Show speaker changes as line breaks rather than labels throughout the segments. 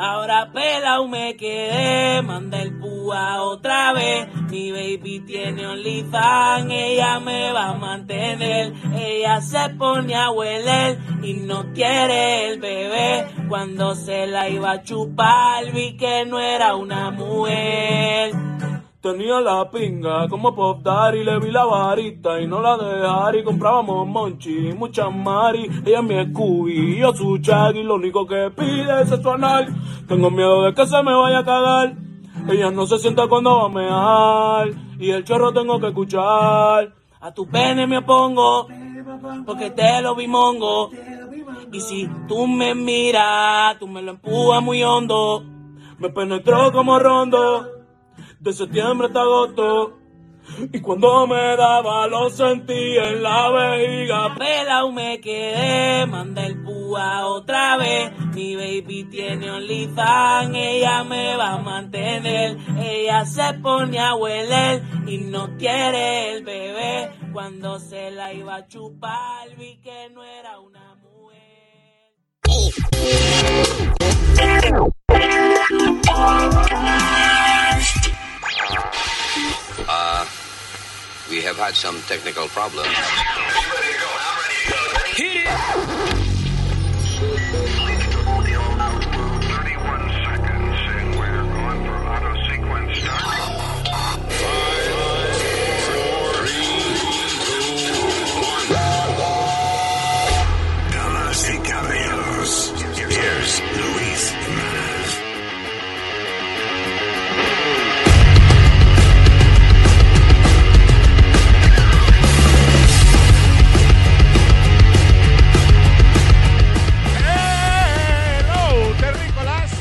Ahora pelao me quedé, manda el púa otra vez. Mi baby tiene OnlyFans, ella me va a mantener. Ella se pone a hueler y no quiere el bebé. Cuando se la iba a chupar, vi que no era una mujer.
Tenía la pinga como Pop Daddy, le vi la varita y no la dejarí. Comprábamos monchi, muchas mari, ella es mi Scooby, y yo su Shaggy, lo único que pide es sexo anal. Tengo miedo de que se me vaya a cagar, ella no se sienta cuando va a mear, y el chorro tengo que escuchar.
A tu pene me opongo, porque te lo vi mongo. Y si tú me miras, tú me lo empujas muy hondo.
Me penetró como rondo de septiembre hasta agosto. Y cuando me daba lo sentí en la vejiga.
Pelao me quedé, manda el púa otra vez. Mi baby tiene OnlyFans, ella me va a mantener. Ella se pone a hueler y no quiere el bebé. Cuando se la iba a chupar vi que no era una mujer.
Uh, we have had some technical problems.
Damas y caballeros, here's Luis Jimenez.
¡Eh, Hello, terrícolas.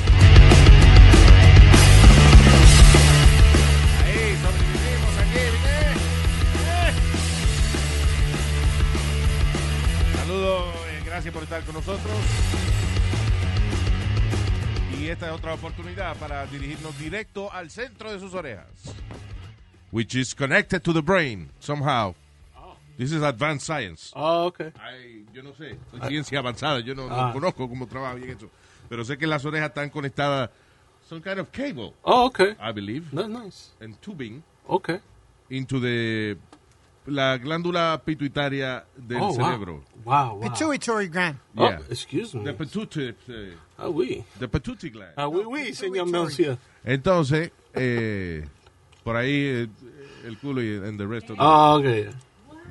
Ahí sobrevivimos aquí, mire. Eh. Saludos, eh, gracias por estar con nosotros. Y esta es otra oportunidad para dirigirnos directo al centro de sus orejas. Which is connected to the brain somehow. This is advanced science.
Ah, Oh. ok. Ah.
Ay, yo no sé, soy ciencia avanzada, yo no, no conozco cómo trabaja bien eso. Pero sé que las orejas están conectadas, some kind of cable,
Oh, ok.
I believe,
That's nice.
and tubing
Ok.
into the, la glándula pituitaria del
oh,
cerebro.
Wow, wow. wow.
Pituitary gland.
Oh,
Yeah.
excuse me.
The pituitary, eh,
Ah, oui.
the pituitary gland.
Ah, oui, oui, señor Melcia.
Entonces, eh, por ahí eh, el culo y and the rest of the,
Ah, ok.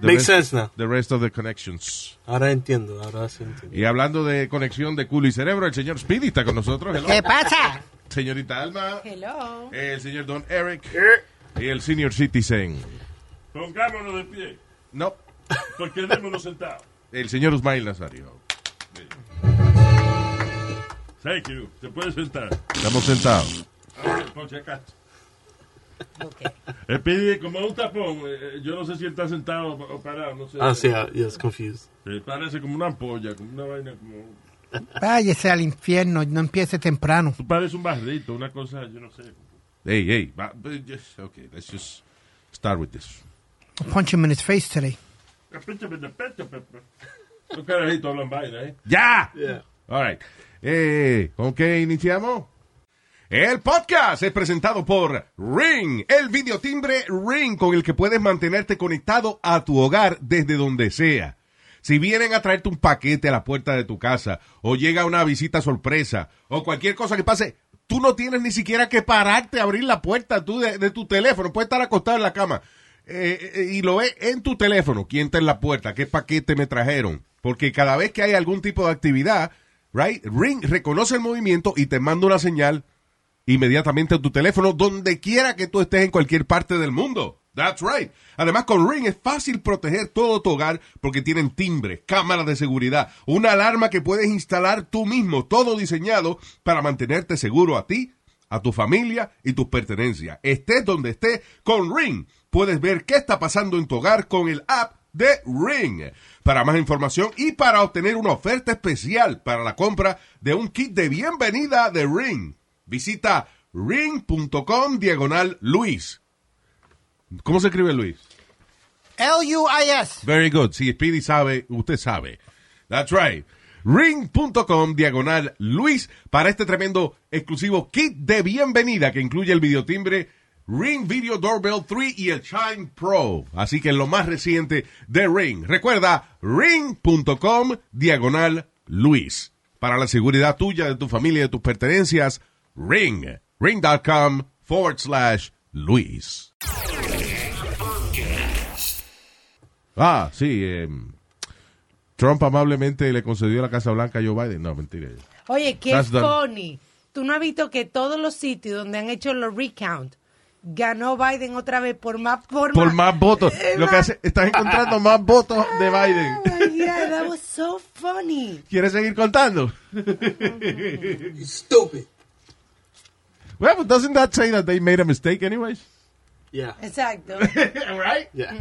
the
Makes
rest-
sense now.
the rest of the connections.
Ahora entiendo, ahora sí entiendo.
Y hablando de conexión de culo y cerebro, el señor Speedy está con nosotros. Hello.
¿Qué pasa?
Señorita Alma.
Hello.
El señor Don Eric
Eh.
y el senior citizen.
Pongámonos de pie,
No,
porque démonos sentados.
el señor Usmail Nazario.
Thank you, te puedes sentar.
Estamos sentados.
Por si acaso. Eh, pide como un tapón, eh, eh, yo no sé si él está sentado o o parado, no sé.
Ah, sí, ah, yes, confused.
Eh, parece como una ampolla, como una vaina, como...
Váyase al infierno, no empiece temprano.
Tú pareces un barrito, una cosa, yo no sé.
Hey, hey. va- but just- Okay, let's just start with this.
Punch him in his face today.
Los carajitos hablan vaina, ¿eh?
¡Ya!
Yeah.
All right. Eh, ¿Con qué iniciamos? El podcast es presentado por Ring, el videotimbre Ring con el que puedes mantenerte conectado a tu hogar desde donde sea. Si vienen a traerte un paquete a la puerta de tu casa, o llega una visita sorpresa, o cualquier cosa que pase, tú no tienes ni siquiera que pararte a abrir la puerta tú de, de tu teléfono. Puedes estar acostado en la cama eh, eh, y lo ves en tu teléfono. ¿Quién está en la puerta? ¿Qué paquete me trajeron? Porque cada vez que hay algún tipo de actividad, right, Ring reconoce el movimiento y te manda una señal inmediatamente a tu teléfono, donde quiera que tú estés en cualquier parte del mundo. That's right. Además, con Ring es fácil proteger todo tu hogar porque tienen timbres, cámaras de seguridad, una alarma que puedes instalar tú mismo, todo diseñado para mantenerte seguro a ti, a tu familia y tus pertenencias. Estés donde estés, con Ring puedes ver qué está pasando en tu hogar con el app de Ring. Para más información y para obtener una oferta especial para la compra de un kit de bienvenida de Ring, visita ring.com diagonal Luis. ¿Cómo se escribe Luis?
L-U-I-S.
Very good. Si Speedy sabe, usted sabe. That's right. Ring.com diagonal Luis para este tremendo exclusivo kit de bienvenida que incluye el videotimbre Ring Video Doorbell 3 y el Chime Pro. Así que lo más reciente de Ring. Recuerda, ring.com diagonal Luis. Para la seguridad tuya, de tu familia, de tus pertenencias, ring. Ring.com forward slash Luis. Ah, sí. eh, Trump amablemente le concedió la Casa Blanca a Joe Biden. No, mentira.
Oye, qué
That's done.
funny. Tú no has visto que todos los sitios donde han hecho los recount ganó Biden otra vez por más por,
Por más votos. Lo que hace, estás encontrando más votos de
Oh
Biden.
my God, that was so funny.
¿Quieres seguir contando? Stupid. Well, but doesn't that say that they made a mistake anyways?
Yeah.
Exacto.
Right?
Yeah.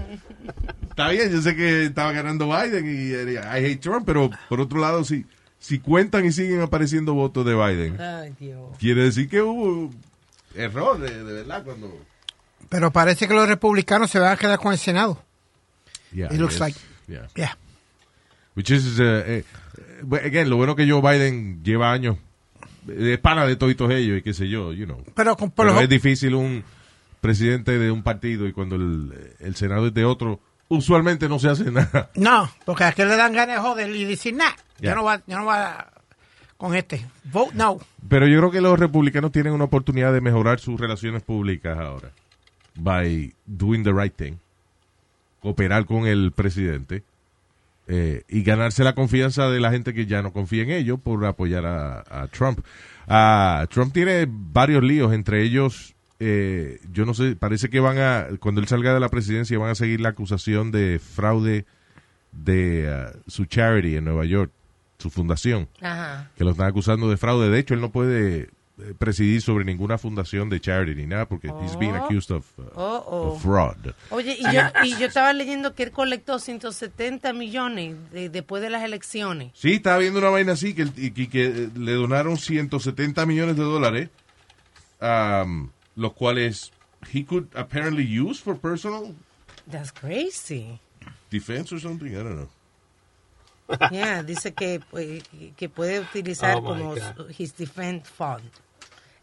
Está bien, yo sé que estaba ganando Biden y eh, I hate Trump, pero por otro lado, si, si cuentan y siguen apareciendo votos de Biden,
Ay, Dios.
quiere decir que hubo error, de, de verdad, cuando...
Pero parece que los republicanos se van a quedar con el Senado.
Yeah,
It looks
yes.
like-
Yeah.
Yeah.
Which is, eh, eh, but again, lo bueno que Joe Biden lleva años de pana de todos ellos y qué sé yo, you know.
Pero, con, por
Pero
lo-
es difícil un presidente de un partido y cuando el, el Senado es de otro, usualmente no se hace nada.
No, porque a aquel le dan ganas de joder y decir, nah,
Yeah.
yo no voy, a- yo no voy a- con este. Vote no.
Pero yo creo que los republicanos tienen una oportunidad de mejorar sus relaciones públicas ahora. By doing the right thing. Cooperar con el presidente. eh, y ganarse la confianza de la gente que ya no confía en ellos por apoyar a, a Trump. Ah, Trump tiene varios líos, entre ellos, eh, yo no sé, parece que van a, cuando él salga de la presidencia, van a seguir la acusación de fraude de ah, su charity en Nueva York, su fundación
Ajá.
que lo están acusando de fraude. De hecho, él no puede eh, presidir sobre ninguna fundación de charity ni nada porque he's being accused of, uh,
Oh, oh.
of fraud.
Oye, y yo, y yo estaba leyendo que él colectó 170 millones de- después de las elecciones.
Sí, estaba viendo una vaina así que, el- y que- que, eh, le donaron 170 millones de dólares, um, los cuales he could apparently use for personal
That's crazy.
defense or something. I don't know.
Yeah, dice que, pues, que puede utilizar
Oh, my
como
God.
his defense fund.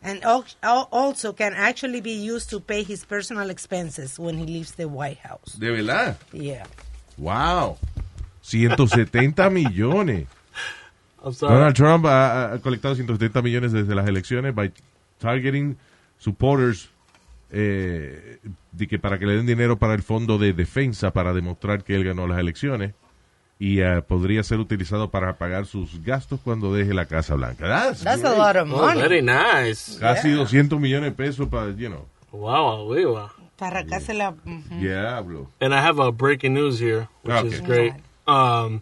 And al- al- also can actually be used to pay his personal expenses when he leaves the White House.
De verdad.
Yeah.
Wow. 170 millones.
I'm
Donald
sorry.
Trump ha, ha colectado 170 millones desde las elecciones by targeting supporters eh, de que para que le den dinero para el fondo de defensa para demostrar que él ganó las elecciones y eh, podría ser utilizado para pagar sus gastos cuando deje la Casa Blanca. That's
That's a
great.
lot of
Oh,
money.
very nice.
Casi 200 millones de pesos para, you know,
Wow, wow, wow.
Para acá se la...
Mm.
ujú.
diablo.
And I have a breaking news here, which
Ah, Okay.
is great. Um,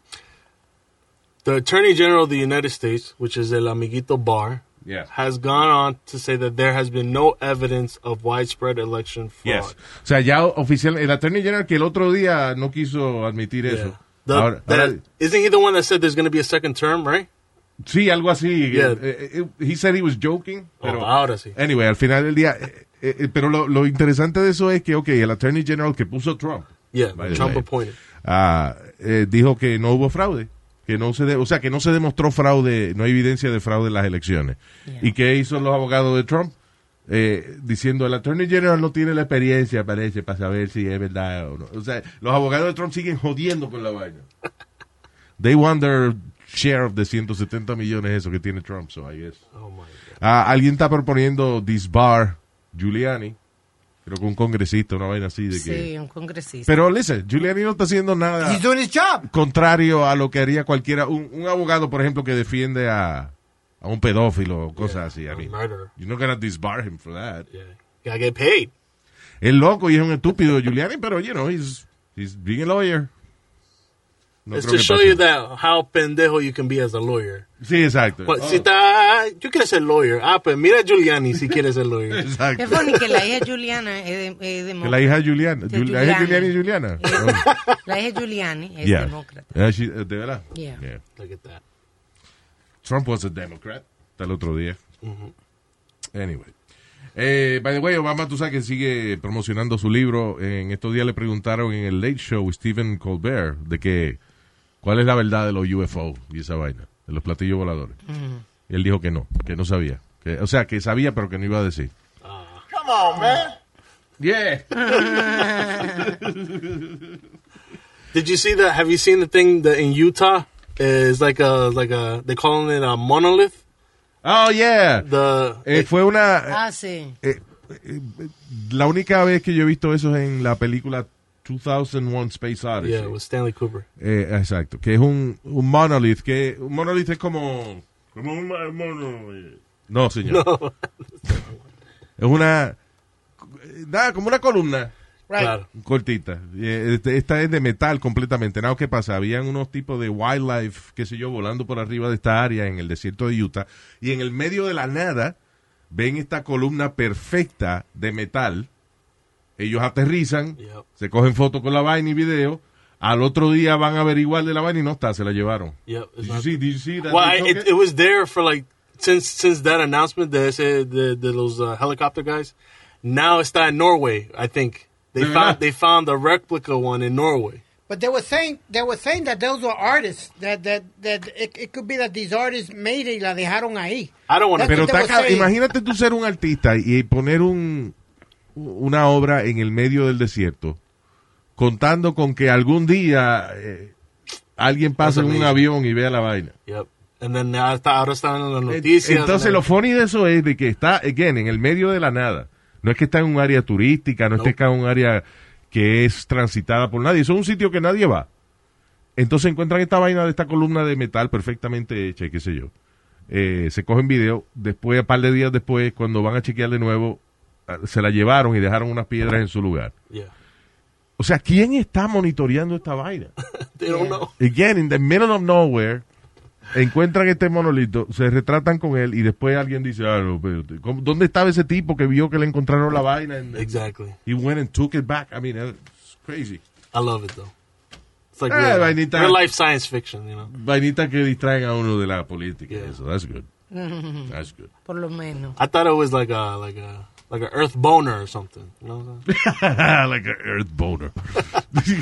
the Attorney General of the United States, which is El Amiguito Barr,
Yeah.
has gone on to say that there has been no evidence of widespread election fraud.
Yes. O sea, ya oficial, el Attorney General que el otro día no quiso admitir
Yeah.
eso.
The,
Ahora-
that-
ahora-
isn't he the one that said there's going to be a second term, right?
Sí, algo así.
Yeah.
Eh, eh, eh, he said he was joking. Pero,
Oh, ahora sí.
Anyway, al final del día. eh, eh, eh, pero lo, lo interesante de eso es que, ok, el Attorney General que puso Trump
Yeah,
By the
Trump
way.
appointed.
ah, eh, dijo que no hubo fraude. Que no se de- o sea, que no se demostró fraude, no hay evidencia de fraude en las elecciones. ¿Y qué hizo los abogados de Trump? Eh, diciendo, el Attorney General no tiene la experiencia, parece, para saber si es verdad o no. O sea, los abogados de Trump siguen jodiendo con la vaina. They want their share of the 170 millones eso que tiene Trump, so I guess.
Oh my God.
Ah, alguien está proponiendo disbar Giuliani. Creo que un congresista, una vaina así de que...
Sí, un congresista.
Pero listen, Giuliani no está haciendo nada
He's doing his job.
contrario a lo que haría cualquiera. Un, un abogado, por ejemplo, que defiende a, a un pedófilo o cosas así.
Yeah,
I
a
mean,
murderer.
you're not gonna disbar him for that.
Yeah, gotta get paid.
Es loco y es un estúpido Giuliani, pero, you know, he's, he's being a lawyer. No
it's
creo
to
que
show
pase.
you that how pendejo you can be as a lawyer.
Sí, exacto.
But
Oh,
si está, yo quiero ser lawyer. Ah, pues mira a Giuliani si quieres ser lawyer.
Qué
Exacto.
funny que la hija Juliana es, de, es
Que La hija de Giuliani.
De
Giul- La hija de Giuliani y
Giuliani.
Giuliana. Oh,
demócrata. La hija Giuliani es
yeah.
demócrata.
Yeah, Eh, she- de verdad.
Yeah.
Look at that.
Trump was a Democrat. Hasta el otro día. Anyway. Eh, by the way, Obama, tú sabes que sigue promocionando su libro. En estos días le preguntaron en el Late Show, Stephen Colbert, de que cuál es la verdad de los UFO y esa vaina, de los platillos voladores. Y él dijo que no, que no sabía. Que, o sea, que sabía, pero que no iba a decir.
Ah.
Come on, man. Yeah.
Did you see that? Have you seen the thing that in Utah is like a like a they calling it a monolith?
Oh, yeah.
The
Eh, fue una...
Ah, sí.
eh, eh, la única vez que yo he visto eso es en la película 2001 Space Odyssey.
yeah, with Stanley Cooper.
Eh, exacto, que es un, un monolith, que un monolith es como... Como un ma- monolith. No, señor. es una... Nada, como una columna
Right.
Claro.
cortita. Y, eh, este- Esta es de metal completamente. Nada, ¿qué pasa? Habían unos tipos de wildlife, qué sé yo, volando por arriba de esta área en el desierto de Utah. Y en el medio de la nada ven esta columna perfecta de metal. Ellos aterrizan,
Yep.
se cogen fotos con la vaina y video. Al otro día van a averiguar de la vaina y no está, se la llevaron.
Yep. it's
Did you
not-
see- did you see that
Well, I,
they
it,
took
it
it?
was there for like since since that announcement that I said the, the those uh, helicopter guys. Now it's not in Norway. I think they
Yeah.
found they found the replica one in Norway.
But they were saying they were saying that those were artists that that that it, it could be that these artists made it y la dejaron ahí.
I don't want
That's
Pero
Este
what they
está
were
ca-
saying.
imagínate tú ser un artista y poner un, una obra en el medio del desierto, contando con que algún día eh, alguien pase en un
amazing.
avión y vea la vaina.
Yep. And then now está ahora están en las
Eh,
noticias.
Entonces
and
lo
then-
funny de eso es de que está, again, en el medio de la nada. No es que está en un área turística, no, es que
No.
está en un área que es transitada por nadie. Eso es un sitio que nadie va. Entonces encuentran esta vaina de esta columna de metal perfectamente hecha y qué sé yo. Eh, se cogen video, después, a par de días después, cuando van a chequear de nuevo, ah, se la llevaron y dejaron unas piedras en su lugar.
yeah.
O sea, ¿quién está monitoreando esta vaina?
They don't know.
Again, in the middle of nowhere, encuentran este monolito, se retratan con él y después alguien dice, ah, no, pero, ¿cómo- ¿dónde estaba ese tipo que vio que le encontraron la vaina? And
Exactly.
he went and took it back. I mean, it's crazy.
I love it though. It's like
Ah,
real, life.
vainita.
real life science fiction, you know.
Vainita que distraen a uno de la política.
Yeah.
Eso, that's good. That's good.
Por lo menos.
I thought it was like a like a like a earth boner or something. You know what I'm saying?
like an earth boner.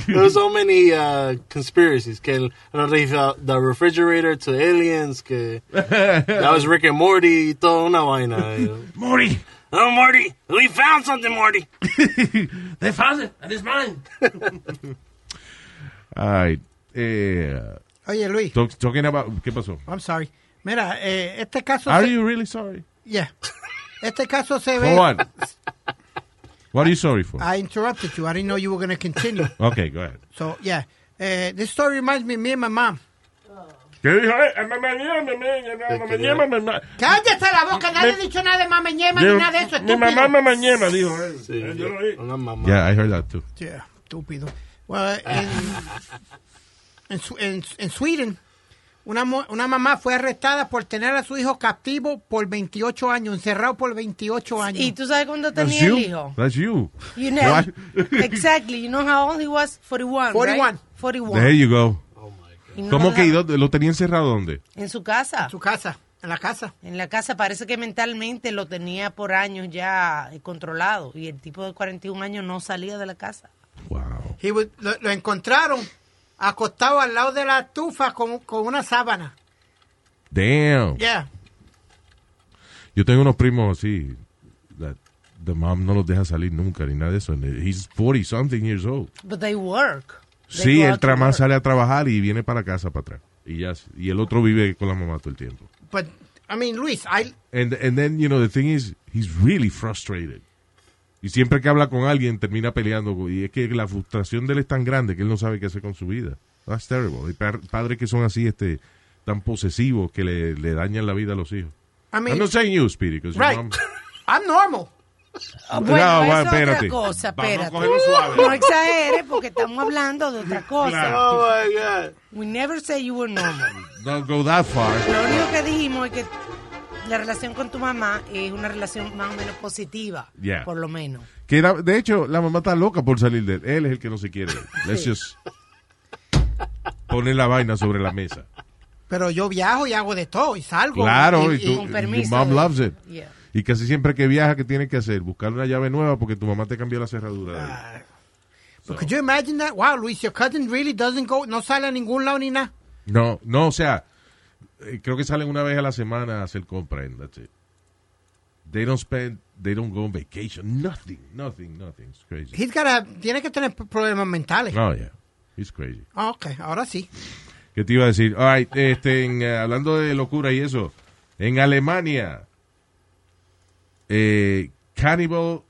There were so many uh, conspiracies. Que el, the refrigerator to aliens. Que that was Rick and Morty. y Toda una vaina. you know.
Morty,
oh, Morty, we found something, Morty.
they found it and it's mine. All right. Eh,
Oye Luis,
talk- talking about, ¿qué pasó?
I'm sorry. Mira, eh, este caso
Are
se-
you really sorry?
Yeah. Este caso se
For
ve
what? What are you sorry for?
I interrupted you. I didn't know you were going to continue.
Okay, go ahead.
So, yeah. Eh, this story reminds me of me and my mom.
¿Qué dijo? "Eh,
Cállate la boca, nadie ha dicho nada de mame ñema ni nada de eso, estúpido.
mañana dijo.
Sí, una mamá.
Yeah, I heard that too.
Yeah, estúpido. Well, en, en, Su- en- en Sweden, una, mu- una mamá fue arrestada por tener a su hijo captivo por 28 años, encerrado por 28 años.
¿Y tú sabes cuándo
That's
tenía el
you.
hijo?
That's you.
You know,
Why?
exactly. You know how old he was? 41,
41.
right? 41.
There you go.
Oh
Y no
¿Cómo
lo
que
dejaron-
y dónde- lo tenía encerrado dónde?
En su casa.
En su casa, en la casa.
En la casa parece que mentalmente lo tenía por años ya eh, controlado y el tipo de 41 años no salía de la casa.
Wow.
He was- lo, lo encontraron acostado al lado de la estufa con, con una sábana.
Damn.
Yeah.
Yo tengo unos primos así. That the mom no los deja salir nunca ni nada de eso. And He's 40 something years old.
But they work. They
Sí,
go
él
out to
tra- más
work.
sale a trabajar y viene para casa para atrás. Y ya, y el otro vive con la mamá todo el tiempo.
But, I mean, Luis, I,
And, and then, you know, the thing is, he's really frustrated. Y siempre que habla con alguien termina peleando. Y es que la frustración de él es tan grande que él no sabe qué hacer con su vida. That's terrible. Hay par- padres que son así, este, tan posesivos que le, le dañan la vida a los hijos.
I mean,
I'm not saying you, Speedy, 'cause your
Right.
mom-
I'm normal.
Ah,
No,
Bueno, eso
bueno,
es otra
espérate.
cosa,
Vamos a
espérate.
cogerlo suave.
No exageres porque estamos hablando de otra cosa.
Claro.
Oh my god.
We never say you were normal.
Don't go that far.
Lo único que dijimos es que la relación con tu mamá es una relación más o menos positiva,
Yeah.
por lo menos.
Que la- de hecho, la mamá está loca por salir de él. Él es el que no se quiere. Let's just poner la vaina sobre la mesa.
Pero yo viajo y hago de todo y salgo.
Claro,
Y-
y
y-
tú-
Con
Your
permiso.
mom
de-
loves it.
Yeah.
Y casi siempre que viaja, ¿qué tienes que hacer? Buscar una llave nueva porque tu mamá te cambió la cerradura. de
Ah.
ahí.
But could you imagine that? Wow, Luis, your cousin really doesn't go, no sale a ningún lado ni nada.
No, no, o sea, eh, creo que salen una vez a la semana a hacer compra. and that's it. They don't spend, they don't go on vacation. Nothing, nothing, nothing. It's crazy.
He's gotta, tiene que tener problemas mentales.
Oh, yeah. It's crazy.
Ah, ok, ahora sí.
¿Qué te iba a decir? All right, este, en, eh, hablando de locura y eso, en Alemania, eh, Cannibal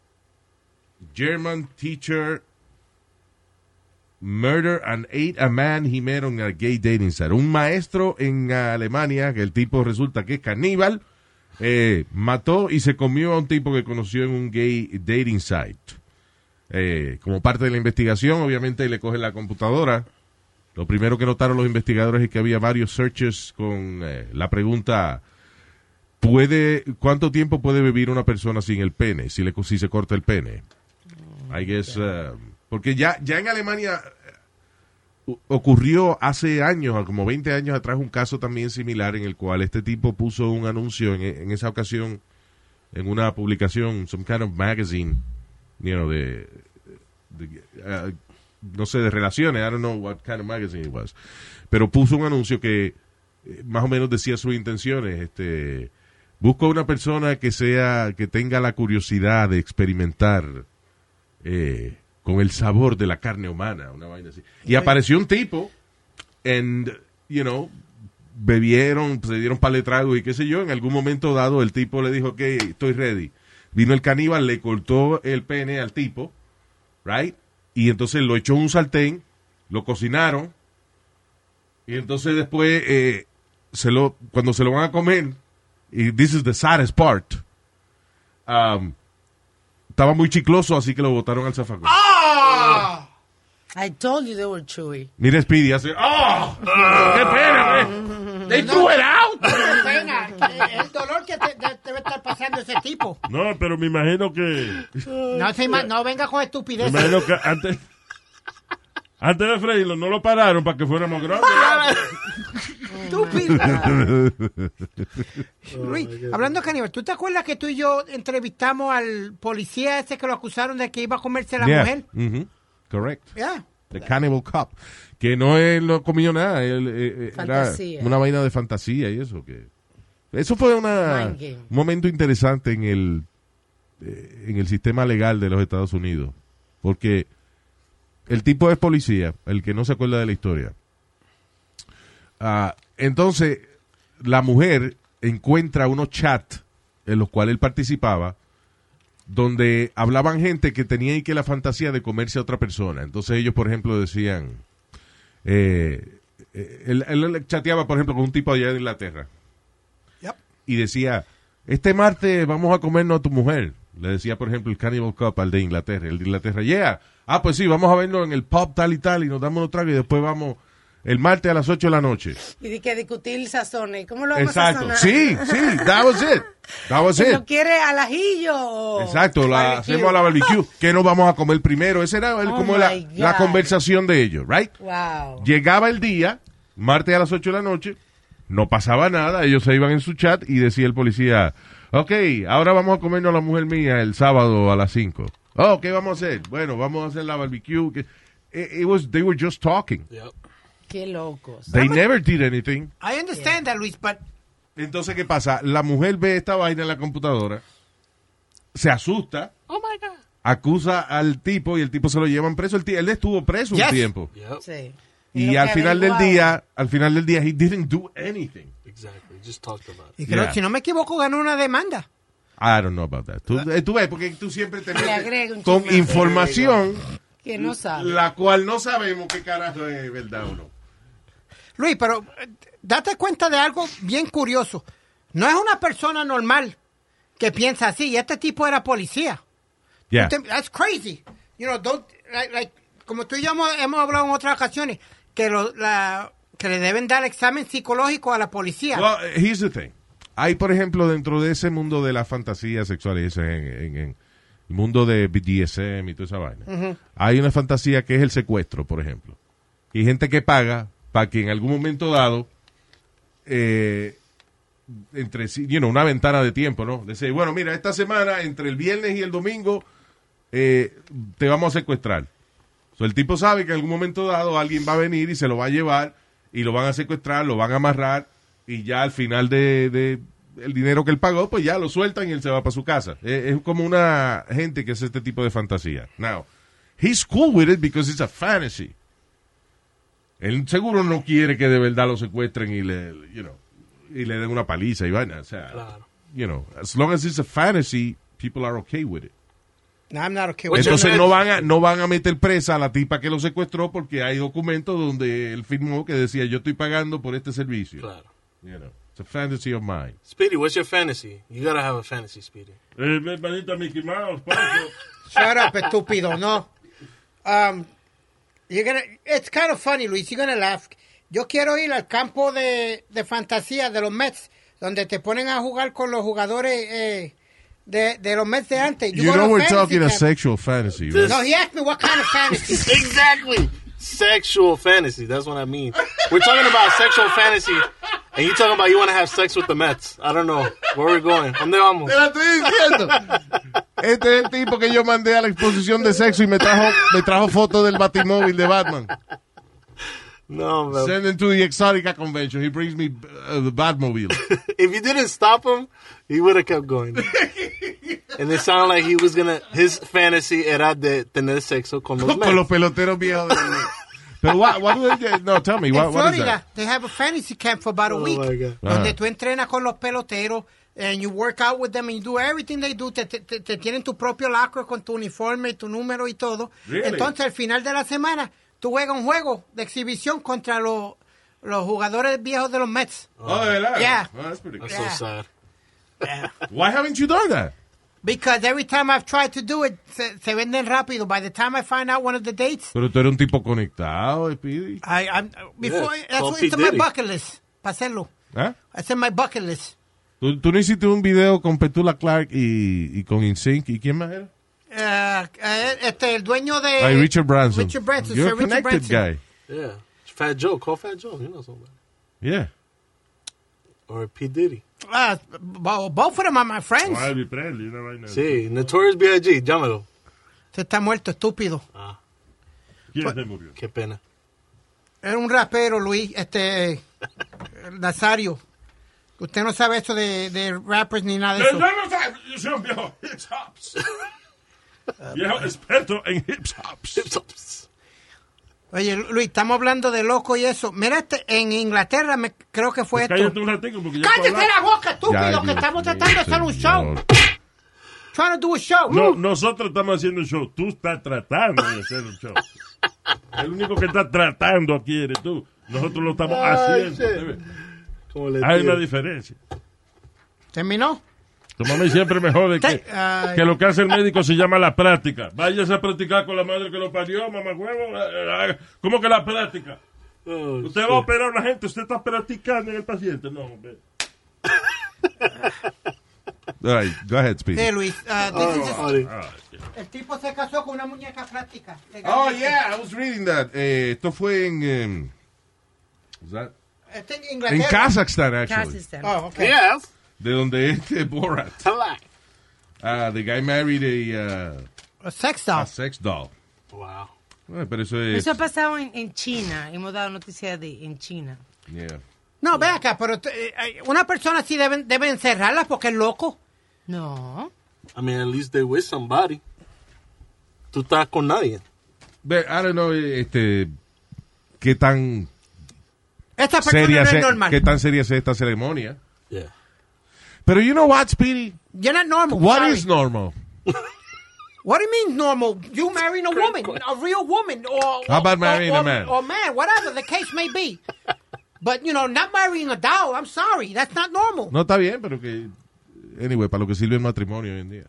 German teacher murder and ate a man he met on a gay dating site. Un maestro en Alemania, que el tipo resulta que es caníbal, eh, mató y se comió a un tipo que conoció en un gay dating site. Eh, como parte de la investigación, obviamente le cogen la computadora. Lo primero que notaron los investigadores es que había varios searches con eh, la pregunta puede cuánto tiempo puede vivir una persona sin el pene si le co- si se corta el pene. I guess uh, porque ya ya en Alemania eh, u- ocurrió hace años, como 20 años atrás un caso también similar en el cual este tipo puso un anuncio en, en esa ocasión en una publicación some kind of magazine, you know, de de- uh, no sé, de relaciones, I don't know what kind of magazine it was. Pero puso un anuncio que eh, más o menos decía sus intenciones, este busco una persona que sea que tenga la curiosidad de experimentar eh, con el sabor de la carne humana, una vaina así. Y apareció un tipo and you know, bebieron, se dieron par de tragos y qué sé yo, en algún momento dado el tipo le dijo, ok, estoy ready. Vino el caníbal, le cortó el pene al tipo, right? Y entonces lo echó en un sartén, lo cocinaron, y entonces después, eh, se lo, cuando se lo van a comer, y this is the saddest part, um, estaba muy chicloso, así que lo botaron al zafacón.
I told you they were chewy.
Mira Speedy, hace, ¡oh!
Ah.
¡Qué pena! eh! ¡They threw it out!
Venga, el dolor que te, de- debe estar pasando ese tipo.
No, pero me imagino que.
No, se ima- no venga con estupidez.
Me imagino que antes. Antes de freírlo, no lo pararon para que fuéramos grandes.
Estúpido. Luis, hablando de caníbal, ¿tú te acuerdas que tú y yo entrevistamos al policía ese que lo acusaron de que iba a comerse a la
Yeah.
mujer?
Mhm. Correct.
Yeah.
The Cannibal Cup. Que no él no comió nada. él, eh, eh, era
Fantasía.
una vaina de fantasía y eso. que Eso fue una,
Mind game.
un momento interesante en el, eh, en el sistema legal de los Estados Unidos. Porque el tipo es policía, el que no se acuerda de la historia. Ah, entonces, la mujer encuentra unos chats en los cuales él participaba donde hablaban gente que tenía y que la fantasía de comerse a otra persona. Entonces ellos, por ejemplo, decían, eh, eh, él, él chateaba, por ejemplo, con un tipo allá de Inglaterra
Yep.
y decía, este martes vamos a comernos a tu mujer. Le decía, por ejemplo, el Cannibal Cup al de Inglaterra. El de Inglaterra, yeah. Ah, pues sí, vamos a vernos en el pub tal y tal y nos damos unos tragos y después vamos el martes a las 8 de la noche.
Y de que discutir sazones. ¿Cómo lo vamos
Exacto.
a sazonar?
Sí, sí, that was it. That was
Si
it.
¿No quiere al ajillo? o
Exacto, la
barbecue?
hacemos a la barbecue. ¿Qué nos vamos a comer primero? Esa era el-
Oh
como
my
la,
God.
la conversación de ellos, ¿right?
Wow.
Llegaba el día, martes a las 8 de la noche, no pasaba nada, ellos se iban en su chat y decía el policía, ok, ahora vamos a comernos a la mujer mía el sábado a las 5. Oh, ¿qué vamos a hacer? Bueno, vamos a hacer la barbecue. que- eh, It, it was, they were just talking.
Qué locos.
They never did anything.
I understand that, Luis, but
Entonces, ¿qué pasa? La mujer ve esta vaina en la computadora, se asusta, acusa al tipo y el tipo se lo llevan preso. El ti- él estuvo preso
Yes.
un tiempo.
Sí.
Y
Lo
al
que
final del
averiguaron.
día, al final del día, he didn't do anything.
Exactly. Just talked about it.
y creo-
Yeah.
si no me equivoco, ganó una demanda.
I don't know about that. Tú, eh, tú ves, porque tú siempre te
agrega
metes
un
con
chisme.
información
Que no sabe.
la cual no sabemos qué carajo es verdad o no.
Luis, pero eh, date cuenta de algo bien curioso. No es una persona normal que piensa así. Y este tipo era policía.
Yeah.
Tem- That's crazy. You know, don't, like, like, como tú y yo hemos, hemos hablado en otras ocasiones, que, lo- la- que le deben dar examen psicológico a la policía.
Well, here's the thing. Hay, por ejemplo, dentro de ese mundo de las fantasías sexuales, en, en- en el mundo de BDSM y toda esa vaina, hay una fantasía que es el secuestro, por ejemplo. Y gente que paga para que en algún momento dado eh, entre sí, you know, una ventana de tiempo, ¿no? Decir, bueno, mira, esta semana, entre el viernes y el domingo, eh, te vamos a secuestrar. So, el tipo sabe que en algún momento dado alguien va a venir y se lo va a llevar y lo van a secuestrar, lo van a amarrar y ya al final de, de el dinero que él pagó, pues ya lo sueltan y él se va para su casa. Eh, es como una gente que hace este tipo de fantasía. Now, he's cool with it because it's a fantasy. Él seguro no quiere que de verdad lo secuestren y le, you know, y le den una paliza y vaina. O sea, you know, as long as it's a fantasy, people are okay with it.
No, I'm not okay with that.
Entonces no van, a, no van a meter presa a la tipa que lo secuestró porque hay documentos donde él firmó que decía yo estoy pagando por este servicio.
Claro.
You know, it's a fantasy of mine.
Speedy, what's your fantasy? You gotta have a fantasy, Speedy.
Eh, mi hermanita Mickey Mouse, Paco.
Shut up, estúpido, no. Um, you're gonna, it's kind of funny, Luis, you're gonna laugh. Yo quiero ir al campo de, de fantasía de los Mets, donde te ponen a jugar con los jugadores eh, de, de los Mets de antes.
You,
go
know
to
we're
fantasy
talking a
camp.
sexual fantasy,
This-
right?
No, he asked me what kind of fantasy.
exactly. Sexual fantasy. That's what I mean. We're talking about sexual fantasy, and you talking about you want to have sex with the Mets. I don't know where we're going. I'm there almost.
Te la estoy diciendo. Este es el tipo que yo mandé a la exposición de sexo y me trajo, me trajo fotos del batimóvil de Batman.
No, man.
Send it to the Exotica Convention. He brings me uh, the Batmobile.
if you didn't stop him, he would have kept going. and it sounded like he was gonna. His fantasy era de tener sexo con los
Con los
Mets.
peloteros viejos. De... Pero what, what do they, no, tell me,
En
what, what is
Florida,
that? Ah.
they have a fantasy camp for about a
Oh,
week,
my God.
Ajá.
donde tú entrenas con los peloteros, and you work out with them, and you do everything they do. Te, te- te- te tienen tu propio lacro con tu uniforme, tu número y todo.
Really?
Entonces, al final de la semana, tú juegas un juego de exhibición contra los, los jugadores viejos de los Mets.
Oh, de verdad.
Yeah.
Oh, that's pretty cool.
That's so
Yeah.
sad.
Why haven't you done that?
Because every time I've tried to do it, se, se venden rápido. By the time I find out one of the dates,
Pero tú eres un tipo conectado, Speedy.
I, I'm, before,
Yeah,
that's
Paul
what
P.
it's in my
Diddy.
bucket list. Para hacerlo.
¿Ah?
That's in my bucket list.
¿Tú, tú no hiciste un video con Petula Clark y, y con InSync. ¿Y quién más era?
Eh, eh, este, el dueño de...
Ay, Richard Branson.
Richard Branson,
You're a
Sir Richard
connected
Branson.
guy.
Yeah, Fat Joe. Call Fat Joe. You know somebody.
Yeah.
Or P Diddy.
Ah, bo- both of them are my friends.
Elvis Presley, una vaina.
Sí, Notorious B.I.G. Llámalo.
Se Este está muerto, estúpido. Pues,
¿Quién se murió?
Qué pena.
Era un rapero, Luis, este... eh, Nazario. Usted no sabe eso de, de rappers ni nada de
Eh, Yo
eso.
no sé, yo soy un viejo hip hops. viejo experto en hip hops.
Oye, Luis, estamos hablando de loco y eso. Mira, este, en Inglaterra me, creo que fue esto.
Cállate un ratito porque ya puedo
¡Cállate
hablar.
la boca,
Ya,
estúpido! que
Dios
estamos
mío,
tratando de hacer un show.
señor.
Trying to do a show.
No, nosotros estamos haciendo un show. Tú estás tratando de hacer un show. El único que está tratando aquí eres tú. Nosotros lo estamos haciendo.
Como le
Hay
digo.
una diferencia.
¿Terminó?
Tu mami siempre me jode que,
Ay.
que lo que hace el médico se llama la práctica. Váyase a practicar con la madre que lo parió, mamá huevo. Eh, eh, ¿Cómo que la práctica?
Oh,
Usted va a operar a una gente, usted está practicando en el paciente. No, hombre.
All right, go ahead, Speedy.
Eh, Luis, ah, this is just-
sorry.
el tipo se casó con una muñeca práctica.
Oh, yeah, I was reading that. Eh, esto fue en... em, was that-
Este en
en
Inglaterra.
Kazakhstan, actually.
Kazakhstan.
Oh, ok.
Yes.
De donde este Borat.
Hello.
Ah, the guy married a, uh,
A Sex
a
doll.
sex doll.
Wow.
Eh, pero eso es...
Eso ha pasado en, en China. Hemos dado noticias de en China.
Yeah.
No, ve acá, pero eh, eh, una persona así deben, deben encerrarla porque es loco.
No.
I mean, at least they with somebody. Tú estás con nadie.
But I don't know, eh, este... ¿Qué tan
Esta persona
seria,
no es
se-
normal.
qué tan seria es esta ceremonia?
Yeah.
Pero you know what, Speedy?
You're not normal.
What
sorry.
is normal?
What do you mean normal? You marrying a woman, a real woman, or
How about
or-
marrying a
or-
man?
or man, whatever the case may be. But you know, not marrying a doll. I'm sorry, that's not normal.
No está bien, pero que. Anyway, para lo que sirve el matrimonio hoy en día.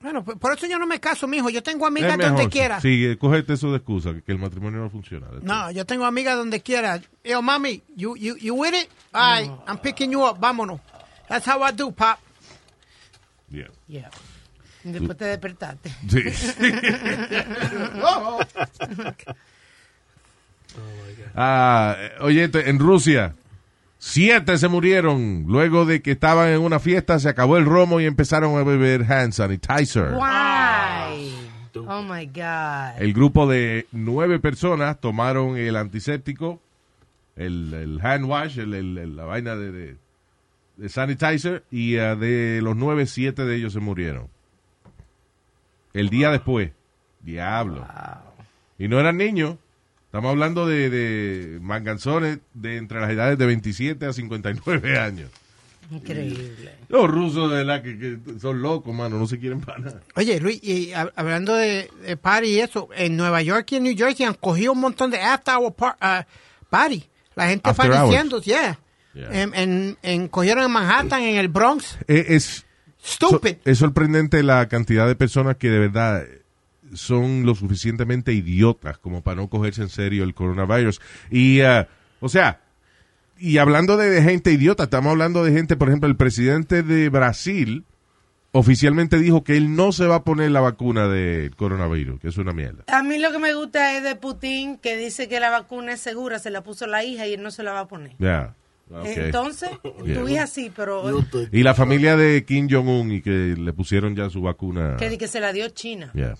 Bueno, por por eso yo no me caso, mijo. Yo tengo
Es
amigas donde
mejor.
quiera.
Sí, eh, cógete eso de excusa, que el matrimonio no funciona.
No, yo tengo amigas donde quiera. Yo, mami, you you you with it? I I'm picking you up. Vámonos. That's how I do, pop.
Yeah.
Yeah. Y Después te despertaste.
Sí. Ah, eh, oye, te- en Rusia Siete se murieron luego de que estaban en una fiesta, se acabó el romo y empezaron a beber hand sanitizer.
Why? Oh my God.
El grupo de nueve personas tomaron el antiséptico, el, el hand wash, el- el- el- la vaina de, de- de sanitizer, y ah, de los nueve, siete de ellos se murieron. El día después. Diablo. Y no eran niños. Estamos hablando de, de manganzones de entre las edades de 27 a 59 años.
Increíble.
Los rusos de la que, que son locos, mano, no se quieren para nada.
Oye, Luis, y hab- hablando de, de party y eso, en Nueva York y en New Jersey han cogido un montón de after hour par- ah, party. La gente
After
falleciendo, yeah.
Yeah.
En, en, en- cogieron en Manhattan, en el Bronx.
Eh, es,
Stupid.
So- eh, es sorprendente la cantidad de personas que de verdad eh, son lo suficientemente idiotas como para no cogerse en serio el coronavirus. Y, ah, o sea, y hablando de, de gente idiota, estamos hablando de gente, por ejemplo, el presidente de Brasil oficialmente dijo que él no se va a poner la vacuna del coronavirus, que es una mierda.
A mí lo que me gusta es de Putin que dice que la vacuna es segura, se la puso la hija y él no se la va a poner.
Ya. Ok.
Entonces,
Yeah.
tu hija sí, pero
Y la familia de Kim Jong-un y que le pusieron ya su vacuna.
que, di que se la dio China.
Ya.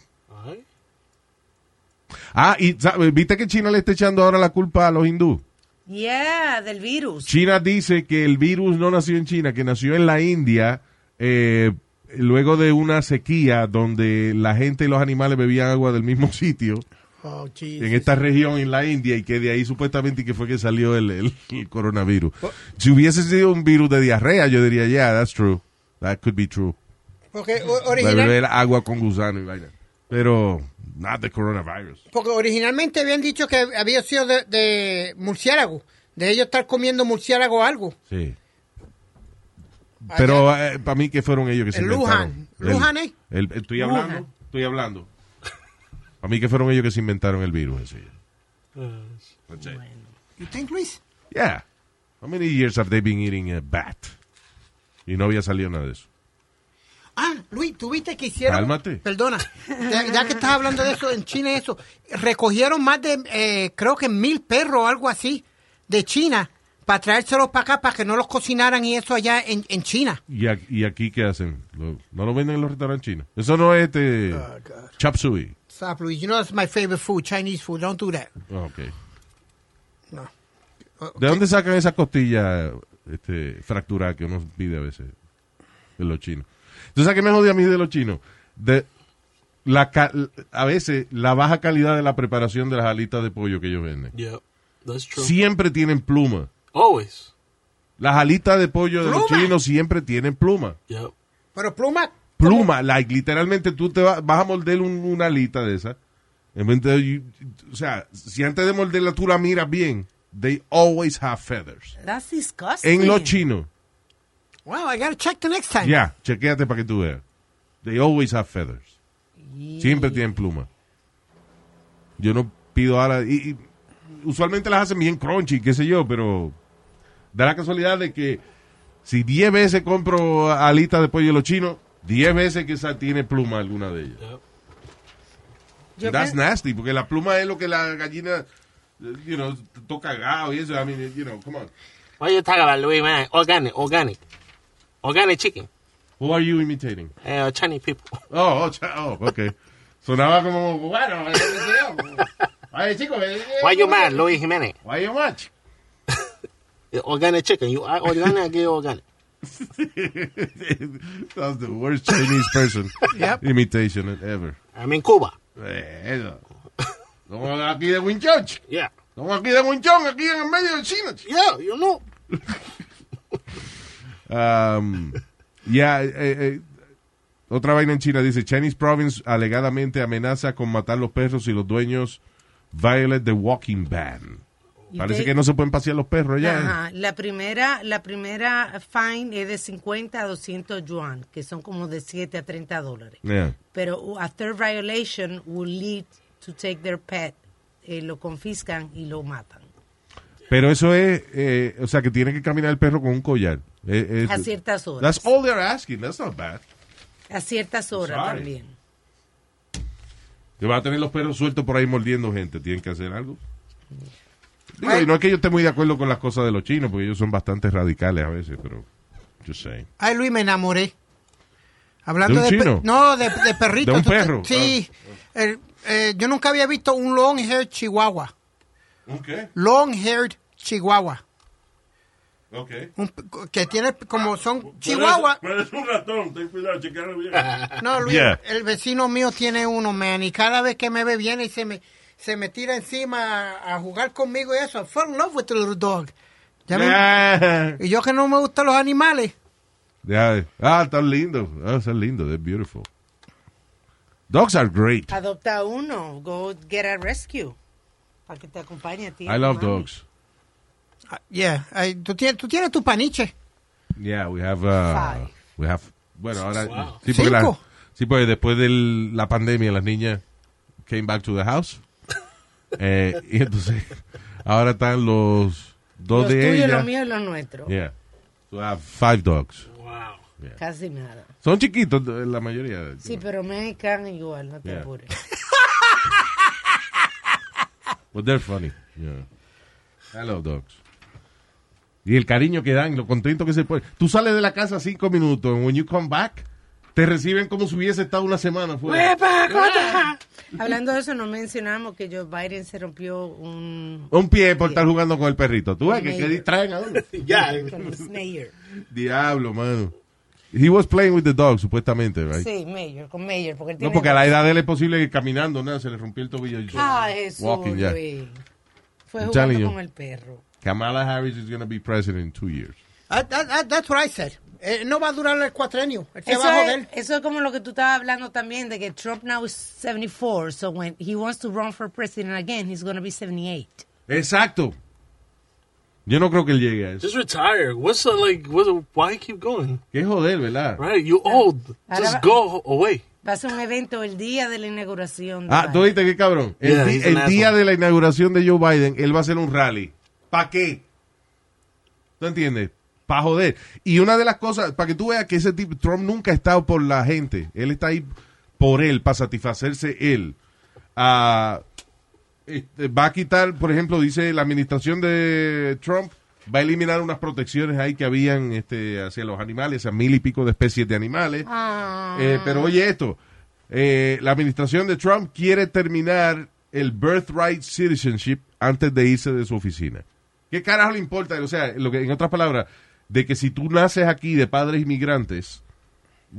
Ah, y ¿sabe? viste que China le está echando ahora la culpa a los hindúes.
Yeah, del virus.
China dice que el virus no nació en China, que nació en la India eh, luego de una sequía donde la gente y los animales bebían agua del mismo sitio,
Oh, Jesus.
en esta región en la India, y que de ahí supuestamente que fue que salió el, el- el coronavirus. Si hubiese sido un virus de diarrea, yo diría, yeah, that's true. That could be true.
Porque, o-
De
original-
beber agua con gusano y vaina. Pero, not the coronavirus.
porque originalmente habían dicho que había sido de, de murciélago, de ellos estar comiendo murciélago o algo.
Sí. Pero para mí que fueron ellos que se
En
inventaron.
Luján. Luján, ¿eh?
el- estoy hablando, estoy hablando. Para mí que fueron ellos que se inventaron el virus ese. That's it.
You think, Luis?
Yeah. How many years have they been eating a bat? Y no había salido nada de eso.
Ah, Luis, tuviste que hicieron.
Cálmate.
Perdona, ya, ya que estás hablando de eso en China y eso, recogieron más de, eh, creo que mil perros o algo así de China para traérselos para acá para que no los cocinaran y eso allá en, en China.
¿Y, a- y aquí qué hacen? Lo- ¿No lo venden en los restaurantes chinos? Eso no es este chop suey.
Stop, Luis. You know that's my favorite food, Chinese food. Don't do that.
Ah, okay.
No.
¿De dónde sacan esas costillas este, fracturadas que uno pide a veces de los chinos? ¿Tú sabes qué me jodía a mí de los chinos? De la ca- a veces la baja calidad de la preparación de las alitas de pollo que ellos venden.
Yep, that's true.
Siempre tienen pluma.
Always.
Las alitas de pollo de los
¿Pluma?
chinos siempre tienen pluma.
Yep.
Pero pluma,
Pluma, like, literalmente tú te va- vas a morder un- una alita de esa. En vez de- you- o sea, si antes de morderla tú la miras bien, they always have feathers.
That's disgusting.
En los chinos.
wow, I gotta check the next time.
Ya, chequéate para que tú veas. They always have feathers. Siempre tienen pluma. Yo no pido ahora. Y, y usualmente las hacen bien crunchy, qué sé yo, pero da la casualidad de que si 10 veces compro alitas de pollo de los chinos, 10 veces que esa tiene pluma alguna de ellas.
Yo
That's
pe-
nasty, porque la pluma es lo que la gallina, you know, toca cagado y eso. I mean, you know, come on.
Why you talking about Louis man? Organic, organic, organic chicken.
Who are you imitating?
Uh, Chinese people.
Oh, oh, cha- oh, ok. Sonaba como, bueno, eh, qué sé yo, como, ay, chico, eh, eh,
Why you mad, Louis Jimenez?
why you watch?
Yeah, Organic chicken. You are organic. I get organic.
That's the worst Chinese person
Yep.
imitation ever.
I'm in Cuba.
Eh, eso. Somos aquí de Winchurch.
Yeah.
Somos aquí de Winchon, aquí en el medio de China. chico.
Yeah. You know.
Um, yeah, eh, eh, otra vaina en China dice, Chinese province alegadamente amenaza con matar los perros si los dueños violate the walking ban.
Y
Parece
they-
que no se pueden pasear los perros ya.
Ajá, La primera, la primera fine es de 50 a 200 yuan, que son como de 7 a 30 dólares.
Yeah.
Pero a third violation will lead to take their pet, eh, lo confiscan y lo matan.
Pero eso es, eh, o sea, que tiene que caminar el perro con un collar. Eh, eh,
A ciertas horas.
That's all they're asking. That's not bad.
A ciertas horas
Sorry.
también.
Que va a tener los perros sueltos por ahí mordiendo gente. Tienen que hacer algo. Digo, y no es que yo esté muy de acuerdo con las cosas de los chinos, porque ellos son bastante radicales a veces, pero. Yo sé.
Ay, Luis, me enamoré. Hablando
¿De
de,
un
pe-
chino?
No, de, de perrito.
¿De un
Tú te-
perro? Ah.
Sí. El- eh, yo nunca había visto un long-haired chihuahua.
¿Un qué?
Long-haired chihuahua.
Ok.
Un p- que tiene como son
Pero
chihuahua.
es- Pero es un ratón, ten cuidado, chequealo bien.
No, Luis,
Yeah.
el vecino mío tiene uno, man, y cada vez que me ve viene y se me, se me tira encima a, a jugar conmigo y eso. I fell in love with the little dog. Ya me-
Ah,
Y yo que no me gustan los animales.
ya, ah, tan lindo. Ah, están lindo. They're beautiful. Dogs are great.
Adopta uno. Go get a rescue. Para que te acompañe a ti.
I love
mami.
dogs.
Ah, Yeah, ay, tú, tienes, tú tienes tu paniche.
Yeah, we have. Uh,
Five.
we have. Bueno, ahora.
Wow.
Sí, porque la-
Cinco.
sí, porque después de la pandemia las niñas came back to the house. Eh, y entonces, ahora están los dos
Los
de
tuyos, lo
ellas.
mío y lo nuestro.
Yeah. So I have five dogs.
Wow.
Casi nada.
Son chiquitos eh, la mayoría.
Sí, pero me caen igual, no te
Yeah.
apures.
But they're funny. Yeah. I love dogs. Y el cariño que dan, lo contento que se pone. Tú sales de la casa cinco minutos, and when you come back, te reciben como si hubiese estado una semana
Pues,
fuera.
Hablando de eso, no mencionamos que Joe Biden se rompió un...
Un pie por estar jugando con el perrito. Tú ves que, que
Neighbor.
distraen a uno.
Yeah.
con un mayor.
Diablo, mano. He was playing with the dog, supuestamente, right?
Sí, mayor, con mayor, porque él
No,
tiene...
porque a la edad de él es posible que caminando, nada, se le rompió el tobillo.
Ah, Jesús,
Walking, yeah.
Luis. Fue
I'm
jugando
telling you.
con el perro.
Kamala Harris is going to be president in two years.
Ah, that- that- that's what I said. Eh, no va a durar el cuatrenio. Él se
Eso
va a
es,
joder.
eso es como lo que tú estabas hablando también, de que Trump now is 74, so when he wants to run for president again, he's going to be 78.
Exacto. Yo no creo que él llegue a eso.
Just retire. What's the, like? What's the, why keep going?
Qué joder, ¿verdad?
Right? You old. Just go away.
Va a ser un evento el día de la inauguración. de
Ah,
Biden.
tú viste qué cabrón. El,
Yeah,
di-
he's an
el día
asshole.
de la inauguración de Joe Biden, él va a hacer un rally. ¿Para qué? ¿Tú entiendes? Para joder. Y una de las cosas, para que tú veas que ese tipo, Trump nunca ha estado por la gente. Él está ahí por él, para satisfacerse él. Ah, este, va a quitar, por ejemplo, dice la administración de Trump, va a eliminar unas protecciones ahí que habían este, hacia los animales, a mil y pico de especies de animales.
Ah,
Eh, pero oye esto, eh, la administración de Trump quiere terminar el birthright citizenship antes de irse de su oficina. ¿Qué carajo le importa? O sea, lo que, en otras palabras, de que si tú naces aquí de padres inmigrantes,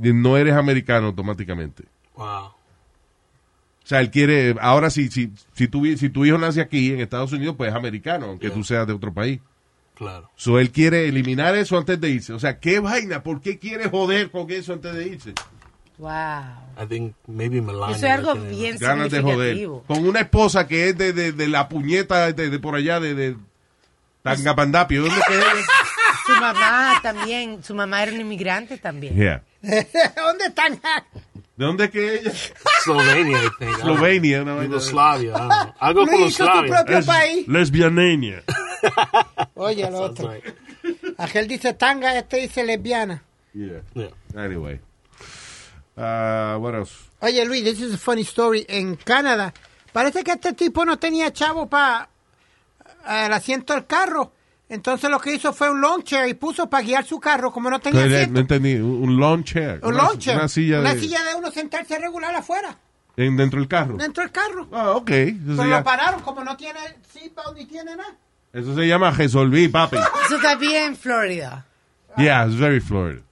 eh, no eres americano automáticamente.
Wow.
O sea, él quiere, ahora si, si, si, tu, hi- si tu hijo nace aquí en Estados Unidos, pues es americano, aunque tú seas de otro país.
Claro.
So, él quiere eliminar eso antes de irse. O sea, ¿qué vaina? ¿Por qué quiere joder con eso antes de irse?
Wow.
I think maybe Melania.
Eso es algo
can-
bien
Ah, Ganas de joder.
significativo.
Con una esposa que es de, de, de la puñeta de, de por allá, de, de Tangapandapio. ¿Dónde que es?
Su mamá también, su mamá era un inmigrante también.
Yeah.
¿Dónde están?
¿De dónde es que ella?
Slovenia, I think. I don't know.
Eslovenia, una vaina.
Yugoslavia. I don't know. I'll go for
Luis hizo tu
Yugoslavia.
propio país.
Lesbianania.
Oye, el
That's
otro.
right.
Aquel dice tanga, este dice lesbiana.
Yeah.
Yeah.
Anyway. Ah, what else?
Oye, Luis, this is a funny story. En Canadá, parece que este tipo no tenía chavo para el asiento del carro. Entonces lo que hizo fue un lawn chair y puso para guiar su carro, como no tenía
Correcto, No
asiento.
entendí. Un un lawn chair.
Un
Pues, eh, una,
lawn chair.
Una silla,
Una
de,
silla de uno sentarse regular afuera,
en- dentro del carro.
dentro del carro.
Ah, ok. Eso
Pero
se,
lo
llama,
pararon, como no tiene seatbelt ni tiene nada.
eso se llama resolví, papi.
Eso está bien en Florida.
yeah, it's very Florida.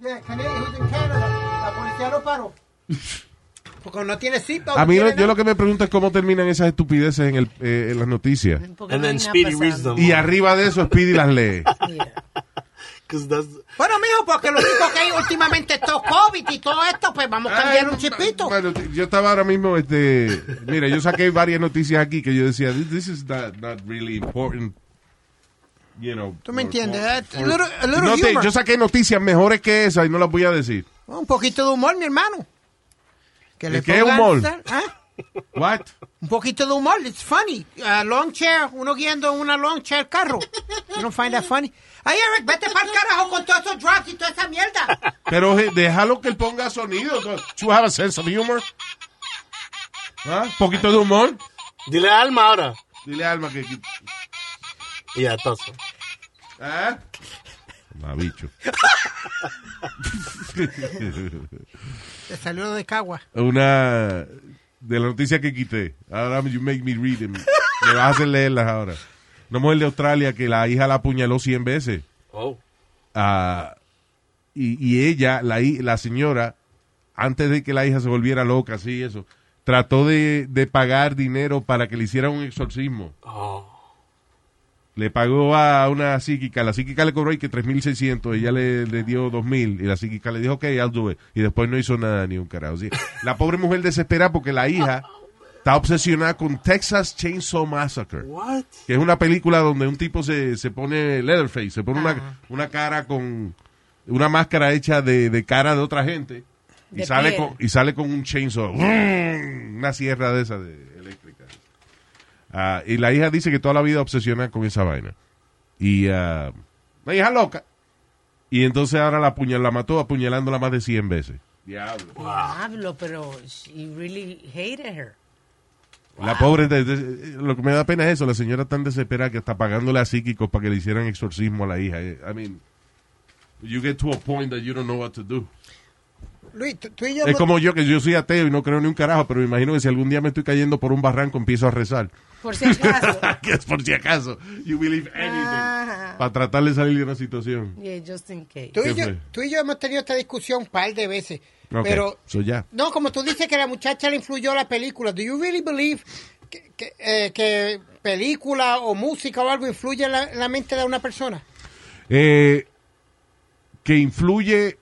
Yeah, Canadian, he was in Canada. La policía lo paró. Porque no tiene seatbelt.
A
no
mí lo-
tiene
yo
nada.
lo que me pregunto es cómo terminan esas estupideces en, el, eh, en las noticias.
Porque
And
no
then
hay nada
Speedy reads
pasando.
them.
Y arriba de eso, Speedy las lee.
Yeah.
Because that's.
Bueno, mijo, porque lo único que hay últimamente es todo COVID y todo esto, pues vamos a cambiar un chipito.
Ah, Bueno, yo estaba ahora mismo, este, mira, yo saqué varias noticias aquí que yo decía, this, this is not, not really important. You know,
Tú me
for-
entiendes,
for-
eh?
for-
A little- a little
No te-
humor.
yo saqué noticias mejores que esas y no las voy a decir.
Un poquito de humor, mi hermano. Que
¿Y qué
pongan
humor?
sal- ¿Ah?
What?
Un poquito de humor, it's funny. A long chair, uno guiando una long chair carro. You don't find that funny. Ay, Eric, vete para el carajo con todos esos drops y toda esa mierda.
Pero eh, déjalo que él ponga sonido. You have a sense of humor. ¿Ah? Poquito de humor.
Dile alma ahora.
Dile alma que. que-
Yeah, I thought so.
¿Ah? Mamabicho.
Te salió de cagua.
Una de las noticias que quité. Ahora you make me read them. Me vas a hacer leerlas ahora. Una mujer de Australia que la hija la apuñaló 100 veces.
Oh.
Ah, y, y ella, la, hi- la señora, antes de que la hija se volviera loca, así eso, trató de, de pagar dinero para que le hicieran un exorcismo.
Oh.
Le pagó a una psíquica, la psíquica le cobró y que 3.600, ella le, le dio 2.000 y la psíquica le dijo, ok, I'll do it. Y después no hizo nada ni un carajo. Sí, la pobre mujer desespera porque la hija está obsesionada con Texas Chainsaw Massacre
What?
que es una película donde un tipo se, se pone Leatherface, se pone una, una cara con una máscara hecha de, de cara de otra gente y
De
sale
piel.
con y sale con un chainsaw, una sierra de esa de eléctrica. Ah, y la hija dice que toda la vida obsesiona con esa vaina. Y ah, la hija loca. Y entonces ahora la apuñal, la mató apuñalándola más de 100 veces.
Diablo, pero she really hated her.
La pobre, de- de- lo que me da pena es eso, la señora tan desesperada que está pagándole a psíquicos para que le hicieran exorcismo a la hija. Eh, I mean, you get to a point that you don't know what to do.
Luis, tú- tú y yo.
Es como yo, que yo soy ateo y no creo ni un carajo, pero me imagino que si algún día me estoy cayendo por un barranco empiezo a rezar.
Por si acaso.
Que es por si acaso, you believe
Ah.
anything.
Ajá.
Para tratar de salir de una situación.
Yeah, just in case.
Tú
¿Qué
y, yo,
fue?
tú y yo hemos tenido esta discusión un par de veces.
Ok,
Pero,
so ya.
no, como tú dices que la muchacha le influyó la película, ¿do you really believe que, que, eh, que película o música o algo influye en la, en la mente de una persona?
Eh, que influye...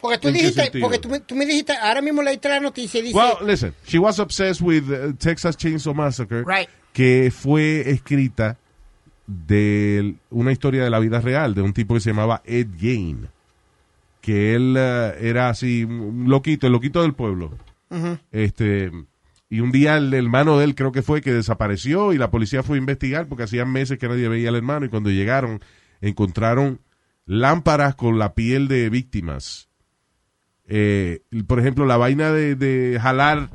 Porque tú,
¿En qué
dijiste,
sentido?
porque tú, me- tú me dijiste, ahora mismo leíste la noticia y dice,
Well, listen, she was obsessed with uh, Texas Chainsaw Massacre,
Right.
que fue escrita de una historia de la vida real de un tipo que se llamaba Ed Gain, que él uh, era así un loquito, el loquito del pueblo. Este y un día el hermano de él creo que fue que desapareció y la policía fue a investigar porque hacían meses que nadie veía al hermano y cuando llegaron encontraron lámparas con la piel de víctimas eh, por ejemplo, la vaina de, de jalar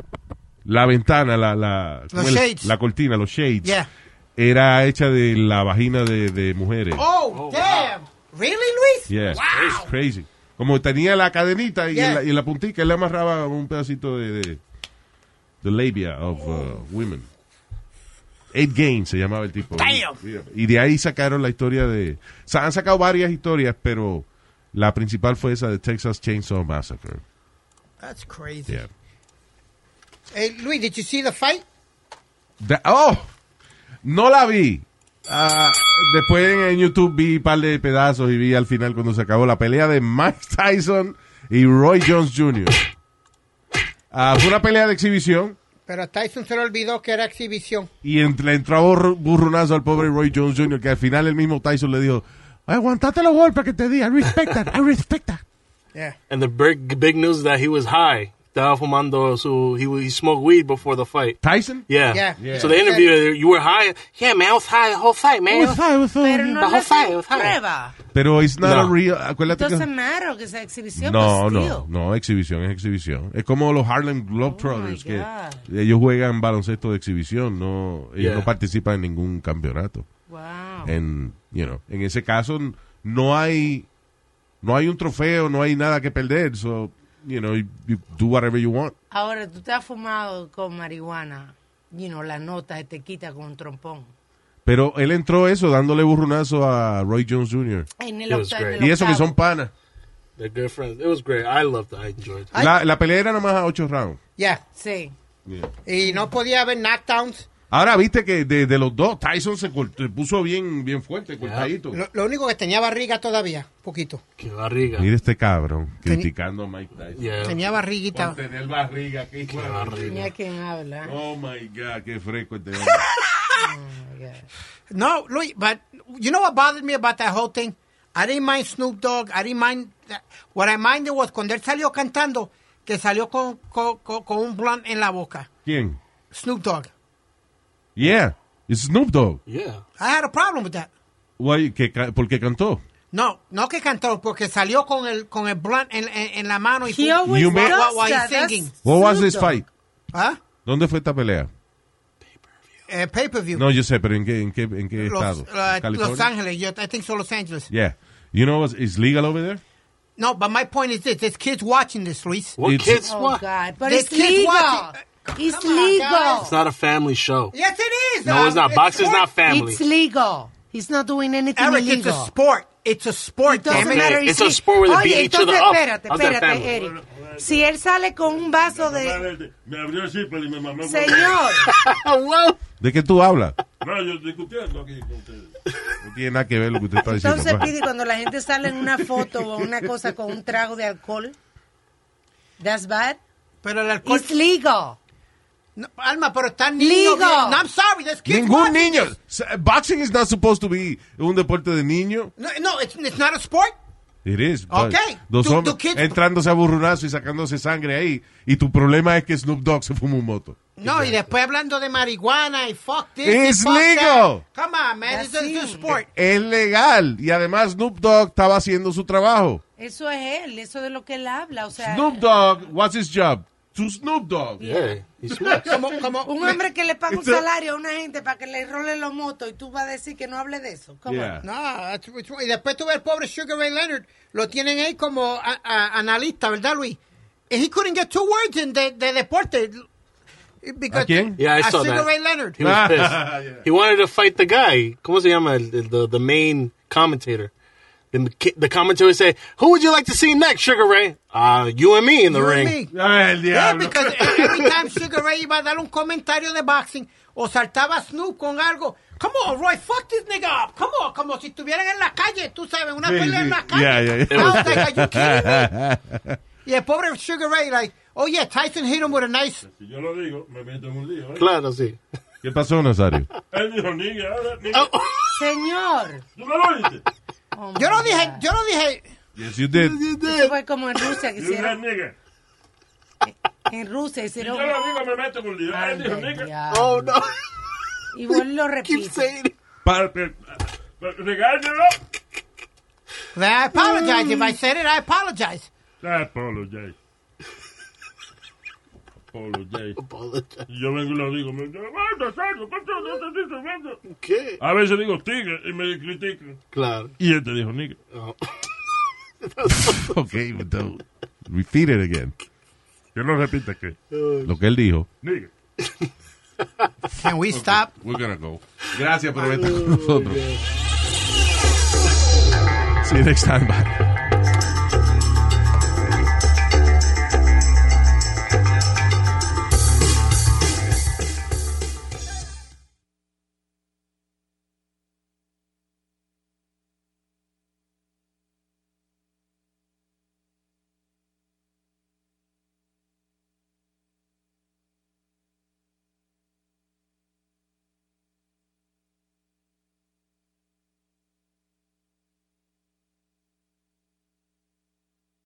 la ventana, la, la,
Los
¿cómo es?
shades.
la cortina, los shades,
Yeah.
era hecha de la vagina de, de mujeres.
oh, damn, really, Luis?
Yeah. It's crazy. Como tenía la cadenita y,
Yeah.
la, y la puntica, él le amarraba un pedacito de, de the labia of uh, women. Eight Gain se llamaba el tipo.
Damn.
Y de ahí sacaron la historia de... o sea, han sacado varias historias, pero la principal fue esa de Texas Chainsaw Massacre.
That's crazy.
Yeah.
Hey, Eh, Luis, did you see the fight?
Da- oh, no la vi. Ah, después en YouTube vi un par de pedazos y vi al final cuando se acabó la pelea de Mike Tyson y Roy Jones Jr. Ah, fue una pelea de exhibición
Pero a Tyson se le olvidó que era exhibición.
y en- le entró a borru- burrunazo al pobre Roy Jones Jr. que al final el mismo Tyson le dijo, aguantate los golpes que te di, I respect that, I respect that.
Yeah.
And the big, big news is that he was high. Estaba fumando su, he, he smoked weed before the fight.
Tyson?
Yeah.
Yeah. Yeah.
So the interview, you were high. Yeah, man, I was high the whole fight, man.
Pero no
Bajo
le hacen
feo, feo.
prueba.
Pero it's not a
No.
real, acuérdate que...
Doesn't matter que sea exhibición.
No,
pues,
no,
tío.
no, exhibición es exhibición. Es como los Harlem Globetrotters,
Oh, my
que
God.
ellos juegan baloncesto de exhibición, no, ellos
Yeah.
no participan en ningún campeonato.
Wow.
En, you know, en ese caso no hay, no hay un trofeo, no hay nada que perder, so, you know, you, you do whatever you want.
Ahora, tú te has fumado con marihuana. Y no, la nota se te quita con un trompón.
Pero él entró eso, dándole burrunazo a Roy Jones Jr.
En el
It was
octa- en
great.
el
Y eso que
octavo.
son panas.
They're good friends. It was great. I loved it. I enjoyed it.
La, la pelea era nomás a ocho rounds.
Yeah.
Sí.
Y no podía haber knockdowns.
Ahora viste que de, de los dos, Tyson se, cort- se puso bien, bien fuerte, cortadito.
Lo, lo único que tenía barriga todavía, poquito.
Que barriga.
Mira este cabrón
Teni-
criticando a Mike Tyson.
Yeah.
Tenía barriguita.
tener barriga, qué hijo de-
Mira quién habla. Oh,
Oh my God, qué fresco este hombre.
No, Luis, but you know what bothered me about that whole thing? I didn't mind Snoop Dogg. I didn't mind. that. What I minded was cuando él salió cantando, que salió con, con, con- con un blunt en la boca.
¿Quién?
Snoop Dogg.
Yeah, it's Snoop Dogg.
Yeah.
I had a problem with that.
Why, que ca- ¿Por qué cantó?
No, no que cantó, porque salió con el, con el blunt en, en, en la mano y
He
fue-
always
You
does
may-
that.
Why- why you
That's
singing?
What was this
Snoop Dogg.
fight?
¿Ah?
¿Dónde fue esta pelea?
eh, pay-per-view.
No, yo sé, pero ¿en qué, en qué, en qué
Los,
estado?
uh, Los
¿California?
Ángeles, yo, I think so Los Angeles.
Yeah. You know what's is legal over there?
No, but my point is this, there's kids watching this, Luis.
What
It's-
kids?
Oh,
what?
God. But
This
it's
kid's
legal.
watching-
It's
Come on,
legal.
guys.
It's not a family show.
Yes, it is.
No, it's not. Boxing's not family.
It's legal. He's not doing anything
Eric, it's a
illegal.
sport. It's a sport,
It doesn't
damn it.
matter.
It's
if
a
he-
sport where they
Oye,
beat each other
entonces,
up.
Espérate,
How's that
espérate,
family?
Eric. Si él sale con un vaso de...
este, Me abrió el zipper y me mamó.
Señor,
Hello?
¿De qué tú hablas?
No, yo discutiendo aquí con ustedes.
No tiene nada que ver lo que usted está diciendo.
entonces
pa.
pide cuando la gente sale en una foto o una cosa con un trago de alcohol, that's bad.
Pero el alcohol...
It's legal.
No, Alma, pero están niños.
Legal.
No, I'm sorry, there's kids
Ningún
watching.
niño. S- Boxing is not supposed to be un deporte de niño.
No, no it's, it's not a sport.
It is. but
Ok.
Dos
Do-
hombres
do kids-
entrándose a burrunazo y sacándose sangre ahí. Y tu problema es que Snoop Dogg se fumó un moto.
No, y después hablando de marihuana y fuck this.
It's
y fuck
legal.
that. Come on, man. It's a, it's a
Así.
sport.
Es legal. Y además Snoop Dogg estaba haciendo su trabajo.
Eso es él, eso de lo que él habla. O sea,
Snoop Dogg, what's his job? To Snoop Dogg.
Yeah, he smokes.
Como, como,
un hombre que le paga un salario a una gente para que le role los motos y tú vas a decir que no hable de eso. Come on.
Yeah.
No, that's- that's right. y después tú ves al pobre Sugar Ray Leonard, lo tienen ahí como a- a- analista, ¿verdad, Luis? And he couldn't get two words in de, de deporte. Because-
¿A quién?
Yeah, I
a
saw
Sugar
that.
Ray Ah, Leonard.
He was pissed. He wanted to fight the guy. ¿Cómo se llama? El, el- the, the main commentator. The, the commentator said, Who would you like to see next, Sugar Ray? Uh, you and me in the
You
ring.
and me.
Ah, el
Yeah,
diablo.
because every time Sugar Ray iba a dar un comentario de boxing o saltaba a Snoop con algo, come on, Roy, fuck this nigga up, come on, como si estuvieran en la calle, tú sabes, una
Sí,
pelea en
sí.
la calle.
Yeah, yeah, yeah.
I was like, are you kidding me? Y el pobre Sugar Ray, like, oh yeah, Tyson hit him with a nice,
Si yo lo digo, me meto en un lío. ¿eh?
Claro, sí. Oh,
¿Qué pasó, Nazario?
Él dijo, nigga, ahora,
Oh.
nigga.
Señor.
¿Tú no lo oíste?
Oh,
yo no
my
dije,
God.
yo no dije,
Yes, you did.
Eso fue como en Rusia que
Y una
hicieron.
nigga.
En Rusia
Si yo
hicieron.
lo digo, me meto en un lío. Él
Ande,
dijo, nigga.
diablo.
Oh, no.
Y vos lo
Keep
repites.
saying it.
Para, para, para- regáñalo.
I apologize if I said it, I apologize.
I apologize. Apologize.
Apologize.
Y Yo vengo y lo digo. Me dice, "Ay, Nazario, ¿cuánto no te dice, hermano?"
¿Qué?
A veces digo tigre y me critican.
Claro.
Y él te dijo nigga.
Oh.
Ok, but don't repeat it again.
Que no repita que
Lo que él dijo.
nigga.
Can we stop?
We're gonna go. Gracias por estar con nosotros. See you next time. Bye.